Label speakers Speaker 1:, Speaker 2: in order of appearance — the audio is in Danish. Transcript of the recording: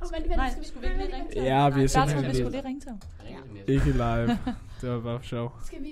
Speaker 1: vent, vent,
Speaker 2: Nej.
Speaker 1: skal vi sgu virkelig ringe til?
Speaker 3: Ja, vi er
Speaker 2: Der er vi
Speaker 3: simpelthen
Speaker 2: skulle lige ringe til ham.
Speaker 3: ikke live. Det var bare for sjov.
Speaker 1: Skal vi